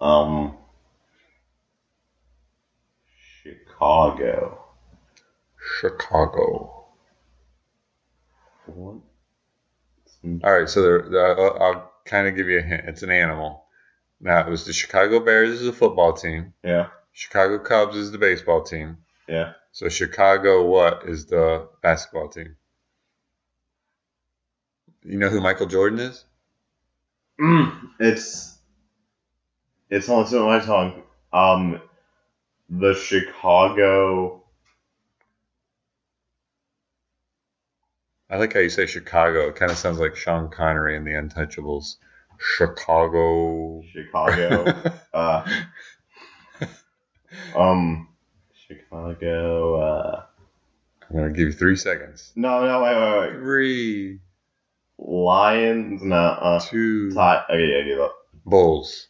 S3: Um. Chicago.
S2: Chicago.
S3: What?
S2: All right, so they're, they're- I'll, I'll kind of give you a hint. It's an animal. Now it was the Chicago Bears is the football team.
S3: Yeah.
S2: Chicago Cubs is the baseball team.
S3: Yeah.
S2: So Chicago what is the basketball team? You know who Michael Jordan is?
S3: Mm, it's it's on the tip of my tongue. Um, the Chicago.
S2: I like how you say Chicago. It kind of sounds like Sean Connery in The Untouchables. Chicago.
S3: Chicago. uh, um, Chicago. Uh,
S2: I'm gonna give you three seconds.
S3: no, no, wait, wait, wait.
S2: Three,
S3: Lions. No, uh,
S2: two,
S3: tie. Okay, yeah, give up.
S2: Bulls.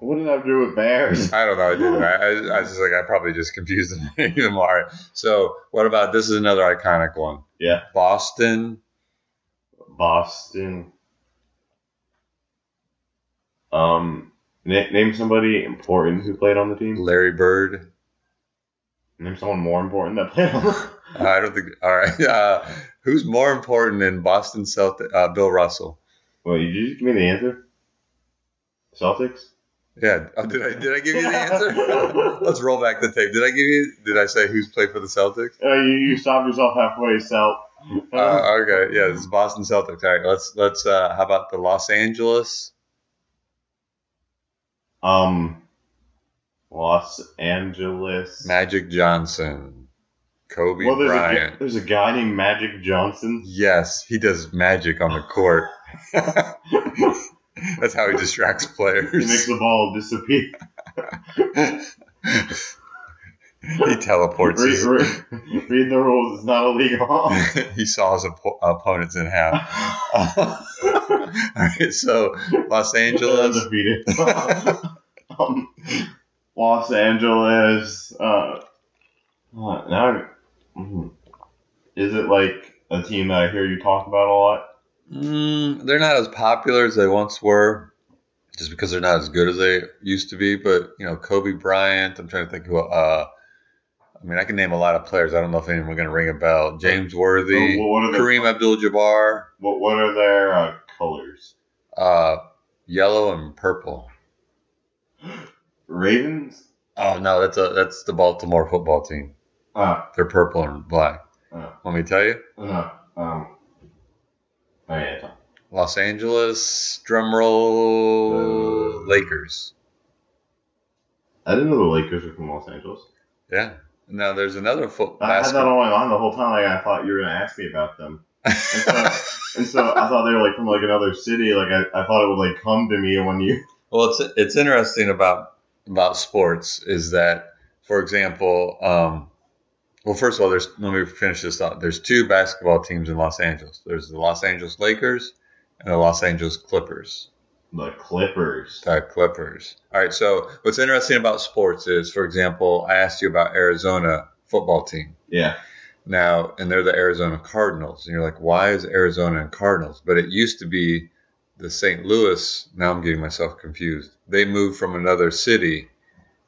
S3: What did I have to do with bears?
S2: I don't know. I didn't. I, I, I was just like, I probably just confused them even more. All right. So, what about this? Is another iconic one.
S3: Yeah.
S2: Boston.
S3: Boston. Um, na- name somebody important who played on the team.
S2: Larry Bird.
S3: Name someone more important that played on. The-
S2: Uh, I don't think. All right. Uh, who's more important than Boston Celtic? Uh, Bill Russell.
S3: Wait, did you just give me the answer? Celtics.
S2: Yeah. Oh, did I did I give you the answer? Let's roll back the tape. Did I give you? Did I say who's played for the Celtics?
S3: Uh, you, you stopped yourself halfway, Celt. Uh-huh.
S2: Uh, okay. Yeah. It's Boston Celtics. All right. Let's let's. Uh, how about the Los Angeles?
S3: um, Los Angeles.
S2: Magic Johnson, Kobe
S3: well, there's a,
S2: Bryant.
S3: gu- there's a guy named Magic Johnson.
S2: Yes, he does magic on the court. That's how he distracts
S3: He makes
S2: players.
S3: the ball disappear.
S2: he teleports.
S3: Read,
S2: His,
S3: read, read the rules. It's not illegal.
S2: he saw his oppo- opponents in half. Oh. All right, so Los Angeles.
S3: Undefeated. um, Los Angeles. Uh, uh, now, mm. is it like a team that I hear you talk about a lot?
S2: Mm, they're not as popular as they once were, just because they're not as good as they used to be. But you know, Kobe Bryant. I'm trying to think who. Uh, I mean, I can name a lot of players. I don't know if anyone going to ring a bell. James Worthy,
S3: Oh, Well, what are their-
S2: Kareem Abdul-Jabbar,
S3: What What are their uh, colors?
S2: uh, yellow and purple.
S3: Ravens.
S2: Oh no, that's a that's the Baltimore football team.
S3: Uh,
S2: They're purple and black.
S3: uh,
S2: Let me to tell you,
S3: no. Um. Oh yeah. Tom.
S2: Los Angeles drumroll Lakers.
S3: I didn't know the Lakers were from Los Angeles.
S2: Yeah. Now there's another foot.
S3: I had that on my mind the whole time. Like I thought you were gonna ask me about them, and so, and so I thought they were like from like another city. Like I, I thought it would like come to me when you
S2: Well, it's it's interesting about about sports is that, for example, um, well, first of all, there's let me finish this thought. There's two basketball teams in Los Angeles. There's the Los Angeles Lakers and the Los Angeles Clippers.
S3: the Clippers.
S2: The Clippers. All right. So what's interesting about sports is, for example, I asked you about Arizona football team
S3: Yeah.
S2: now, and they're the Arizona Cardinals, and you're like, why is Arizona and Cardinals? But it used to be the St. Louis. Now I'm getting myself confused. They moved from another city.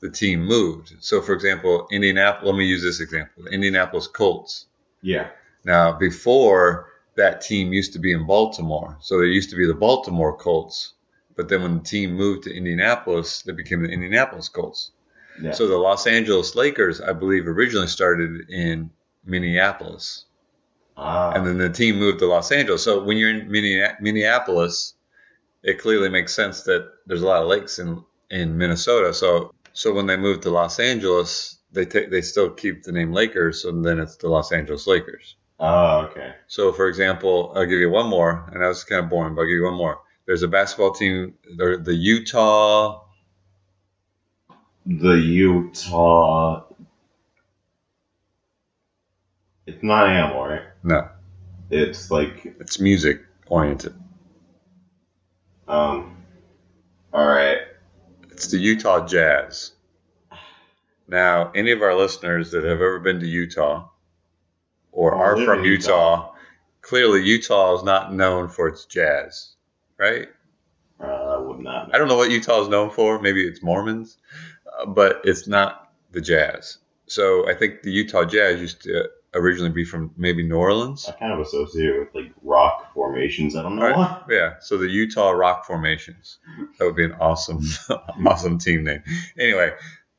S2: The team moved. So, for example, Indianapolis. Let me use this example: the Indianapolis Colts.
S3: Yeah.
S2: Now, before that team used to be in Baltimore, so there used to be the Baltimore Colts. But then when the team moved to Indianapolis, they became the Indianapolis Colts.
S3: Yeah.
S2: So the Los Angeles Lakers, I believe, originally started in Minneapolis,
S3: Ah.
S2: and then the team moved to Los Angeles. So when you're in Minne- Minneapolis, it clearly makes sense that there's a lot of lakes in in Minnesota. So so when they moved to Los Angeles, they take they still keep the name Lakers, and then it's the Los Angeles Lakers.
S3: oh, okay.
S2: So, for example, I'll give you one more, and that was kind of boring, but I'll give you one more. There's a basketball team, they're the Utah.
S3: The Utah. It's not animal, right?
S2: No,
S3: It's like
S2: it's music oriented.
S3: um. All right.
S2: It's the Utah Jazz. Now, any of our listeners that have ever been to Utah or
S3: Or
S2: are
S3: live
S2: from
S3: in Utah.
S2: Utah, clearly Utah is not known for its jazz, right?
S3: Uh, I would not.
S2: I don't know what Utah is known for. Maybe it's Mormons, uh, but it's not the Jazz. So I think the Utah Jazz used to originally be from maybe New Orleans.
S3: I kind of associate it with like rock formations. I don't know
S2: All right.
S3: why.
S2: Yeah, so the Utah Rock Formations. That would be an awesome, awesome team name. Anyway,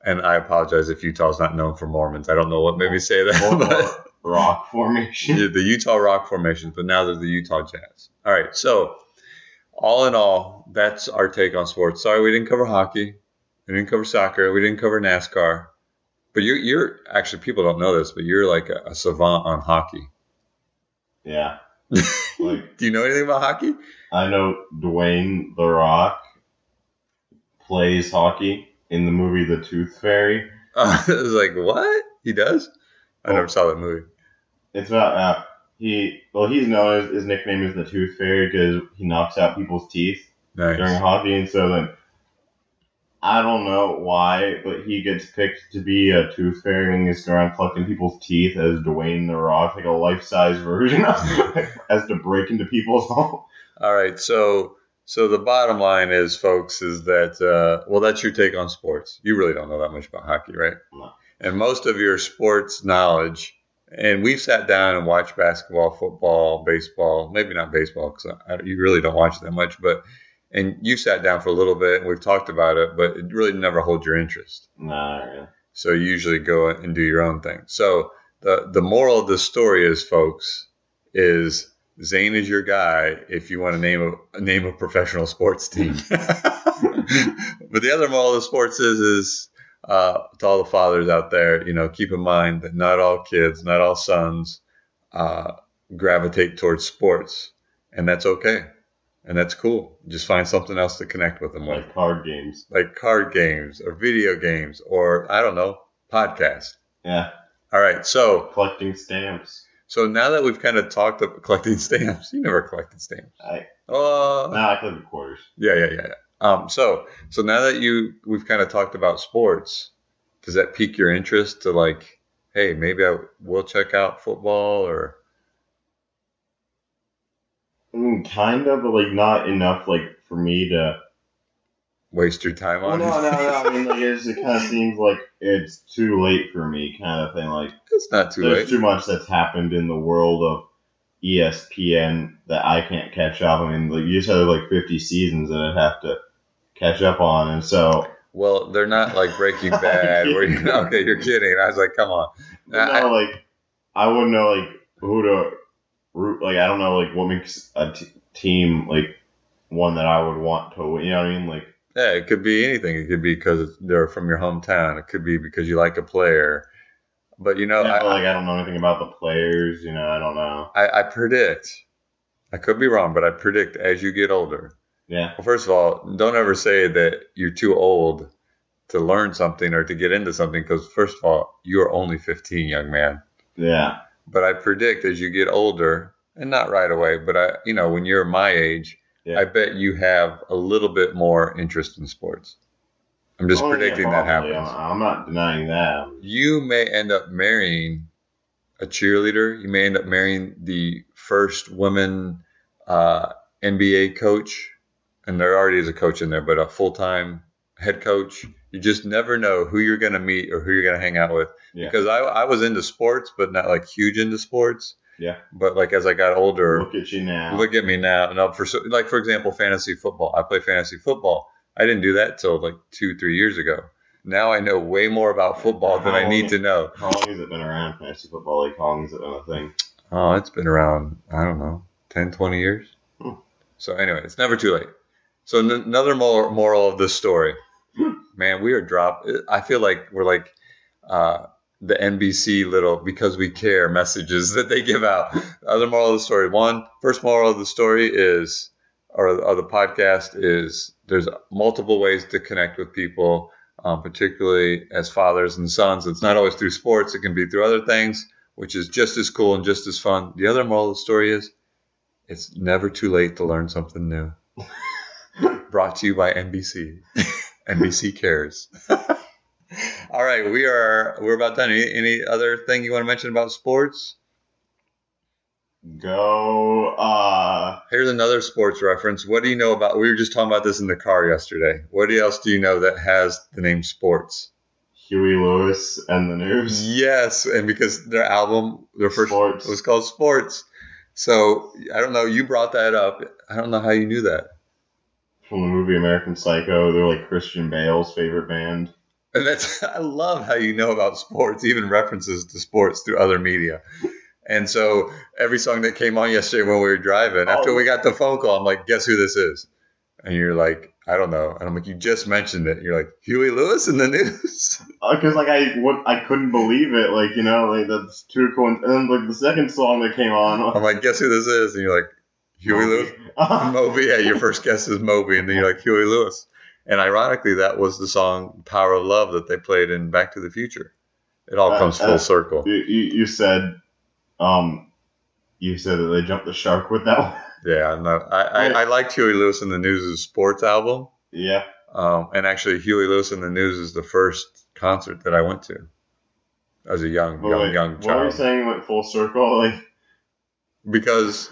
S2: and I apologize if Utah's not known for Mormons. I don't know what made me say that.
S3: Or-
S2: but-
S3: or rock formation.
S2: Yeah, the Utah Rock formations, but now they're the Utah Jazz. All right, so all in all, that's our take on sports. Sorry, we didn't cover hockey, we didn't cover soccer, we didn't cover NASCAR. But you're, you're actually people don't know this, but you're like a, a savant on hockey.
S3: Yeah. like
S2: Do you know anything about hockey?
S3: I know Dwayne the Rock plays hockey in the movie The Tooth Fairy.
S2: Uh, I was like, what he does? I never saw that movie.
S3: It's about uh, he well he's known as his nickname is the Tooth Fairy because he knocks out people's teeth during
S2: Nice.
S3: hockey, and so then I don't know why, but he gets picked to be a Tooth Fairy and he's going around plucking people's teeth as Dwayne the Rock, like a life size version of as to break into people's homes.
S2: All right, so so the bottom line is, folks, is that uh, well, that's your take on sports. You really don't know that much about hockey, right?
S3: No.
S2: And most of your sports knowledge, and we've sat down and watched basketball, football, baseball, maybe not baseball because you really don't watch that much, but and you've sat down for a little bit and we've talked about it, but it really never holds your interest.
S3: Nah, not really.
S2: So you usually go and do your own thing. So the the moral of the story is, folks, is Zane is your guy if you want to name a name a professional sports team. but the other moral of the sports is is uh, to all the fathers out there, you know, keep in mind that not all kids, not all sons, uh, gravitate towards sports, and that's okay, and that's cool. Just find something else to connect with them with
S3: Like card games.
S2: like card games or video games or I don't know, podcasts.
S3: Yeah,
S2: All right, so
S3: collecting stamps.
S2: so now that we've kind of talked about collecting stamps, you never collected stamps.
S3: I-
S2: Oh,
S3: Nah, I collected quarters.
S2: yeah, yeah, yeah. yeah. Um, so so now that you we've kind of talked about sports, does that pique your interest to like, hey, maybe I will check out football or
S3: Mm, kind of, but like not enough, like for me to.
S2: waste your time
S3: Well,
S2: on?
S3: Oh, no,
S2: it?
S3: no, no. I mean, like it, just, it kind of seems like it's too late for me, kind of thing. Like
S2: it's not too
S3: there's
S2: late.
S3: too much that's happened in the world of E ESPN that I can't catch up. I mean, like you said, there's like 50 seasons that I'd have to catch up on, and so
S2: well, they're not like Breaking Bad where you okay, you're kidding. I was like, come on. Nah, Uh, I-
S3: no, like I wouldn't know like who to root. Like I don't know like what makes a t- team like one that I would want to win. You know what I mean? Like
S2: Yeah, it could be anything. It could be because they're from your hometown. It could be because you like a player. But you know,
S3: yeah, but,
S2: I,
S3: like I don't know anything about the players. You know, I don't know.
S2: I, I predict. I could be wrong, but I predict as you get older.
S3: Yeah,
S2: Well, first of all, don't ever say that you're too old to learn something or to get into something because, first of all, you're only 15, young man.
S3: yeah,
S2: But I predict as you get older, and not right away, but I, you know, when you're my age,
S3: Yeah.
S2: I bet you have a little bit more interest in sports. I'm just
S3: Oh, yeah,
S2: predicting that
S3: probably.
S2: happens.
S3: I'm, I'm not denying that.
S2: you may end up marrying a cheerleader. You may end up marrying the first woman uh, NBA coach, and there already is a coach in there, but a full time head coach. You just never know who you're going to meet or who you're going to hang out with.
S3: Yeah.
S2: Because I, I was into sports, but not like huge into sports.
S3: Yeah.
S2: But like as I got older,
S3: Look at you now.
S2: look at me now. No, for so- like for example, fantasy football. I play fantasy football. I didn't do that till like two, three years ago. Now I know way more about football than I need to know.
S3: how long has it been around? Fantasy football, like how long has it been a thing?
S2: Oh, it's been around, I don't know, 10, 20 years.
S3: Hmm.
S2: So, anyway, it's never too late. So, n- another mor- moral of this story man, we are drop. I feel like we're like uh, the NBC little because we care messages that they give out. Other moral of the story one, first moral of the story is, or, or the podcast is, there's multiple ways to connect with people, um, particularly as fathers and sons. It's not always through sports, it can be through other things which is just as cool and just as fun. The other moral of the story is it's never too late to learn something new. Brought to you by NBC. NBC cares. All right, we are we're about done. Any, any other thing you want to mention about sports?
S3: Go, uh,
S2: Here's another sports reference. What do you know about? We were just talking about this in the car yesterday. What else do you know that has the name sports?
S3: Huey Lewis and the News.
S2: Yes, and because their album, their first
S3: Sports.
S2: was called Sports. So I don't know. You brought that up. I don't know how you knew that.
S3: From the movie American Psycho, they're like Christian Bale's favorite band.
S2: And that's I love how you know about sports, even references to sports through other media. And so every song that came on yesterday when we were driving, after
S3: Oh.
S2: we got the phone call, I'm like, guess who this is? And you're like, I don't know. And I'm like, you just mentioned it. You're like, Huey Lewis in the news.
S3: Because Uh, like I would, I couldn't believe it. Like you know, like that's too coinc. And then like the second song that came on,
S2: I'm like, guess who this is? And you're like, Huey Lewis. Moby. Yeah, your first guess is Moby, and then you're like Huey Lewis. And ironically, that was the song "Power of Love" that they played in Back to the Future. It all
S3: Uh,
S2: comes full
S3: uh,
S2: circle.
S3: you, you, you said, um, you said that they jumped the shark with that one.
S2: Yeah, I'm not, I, I, I liked Huey Lewis in the News' sports album,
S3: yeah.
S2: um, and actually, Huey Lewis in the News is the first concert that I went to as a young,
S3: But
S2: young,
S3: wait,
S2: young
S3: what were you
S2: child.
S3: saying? Went full circle. Like
S2: Because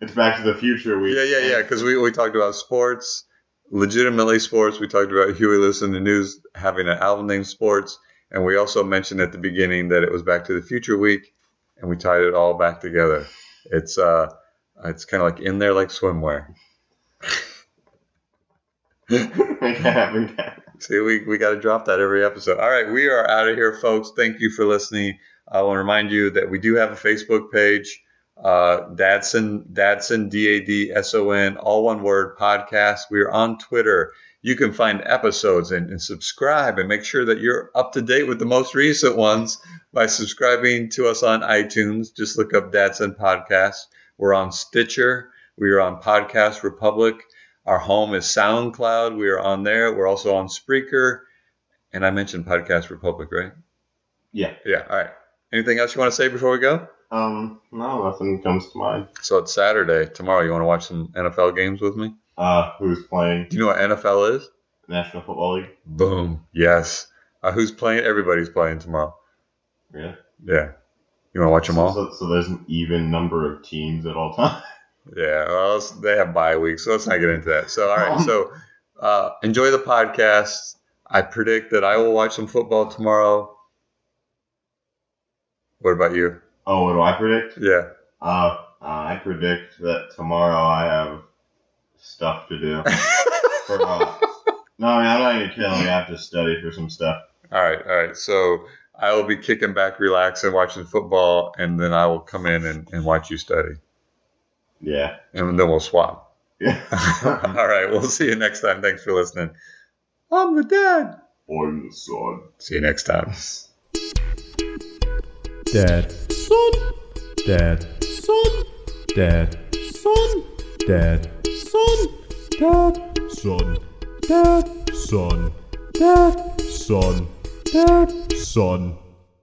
S3: it's Back to the Future. We
S2: Yeah, yeah, yeah. Because we, we talked about sports, legitimately sports. We talked about Huey Lewis in the News having an album named Sports. And we also mentioned at the beginning that it was Back to the Future week, and we tied it all back together. It's uh, it's kind of like in there like swimwear.
S3: Make it happen. guys.
S2: See, we, we got to drop that every episode. All right, we are out of here, folks. Thank you for listening. I want to remind you that we do have a Facebook page, uh, Dadson, Dadson, D A D S O N, all one word podcast. We are on Twitter. You can find episodes and, and subscribe and make sure that you're up to date with the most recent ones by subscribing to us on iTunes. Just look up Dadson Podcast. We're on Stitcher. We are on Podcast Republic. Our home is SoundCloud. We are on there. We're also on Spreaker. And I mentioned Podcast Republic, right?
S3: Yeah.
S2: Yeah. All right. Anything else you want to say before we go?
S3: Um. No, nothing comes to mind.
S2: So it's Saturday. Tomorrow, you want to watch some NFL games with me?
S3: Uh, who's playing
S2: Do you know what NFL is?
S3: National Football League?
S2: Boom. Yes. Uh, who's playing? Everybody's playing tomorrow.
S3: Really?
S2: Yeah. You want to watch them all?
S3: So, so there's an even number of teams at all times.
S2: Yeah, well, it's- they have bye weeks, so let's not get into that. So, all right, so uh, enjoy the podcast. I predict that I will watch some football tomorrow. What about you?
S3: Oh, what do I predict?
S2: Yeah,
S3: Uh, uh, I predict that tomorrow I have stuff to do. For, uh, no, I mean, I'm not even kidding. I have to study for some stuff.
S2: all right, all right. So I will be kicking back, relaxing, watching football, and then I will come in and, and watch you study,
S3: Yeah.
S2: and then we'll swap.
S3: Yeah.
S2: all right, we'll see you next time. Thanks for listening. I'm the dad.
S3: On the sword.
S2: See you next time.
S1: Dad, son, dad, son, dad, son, dad, son, dad, son, dad, son, dad, son, dad, son.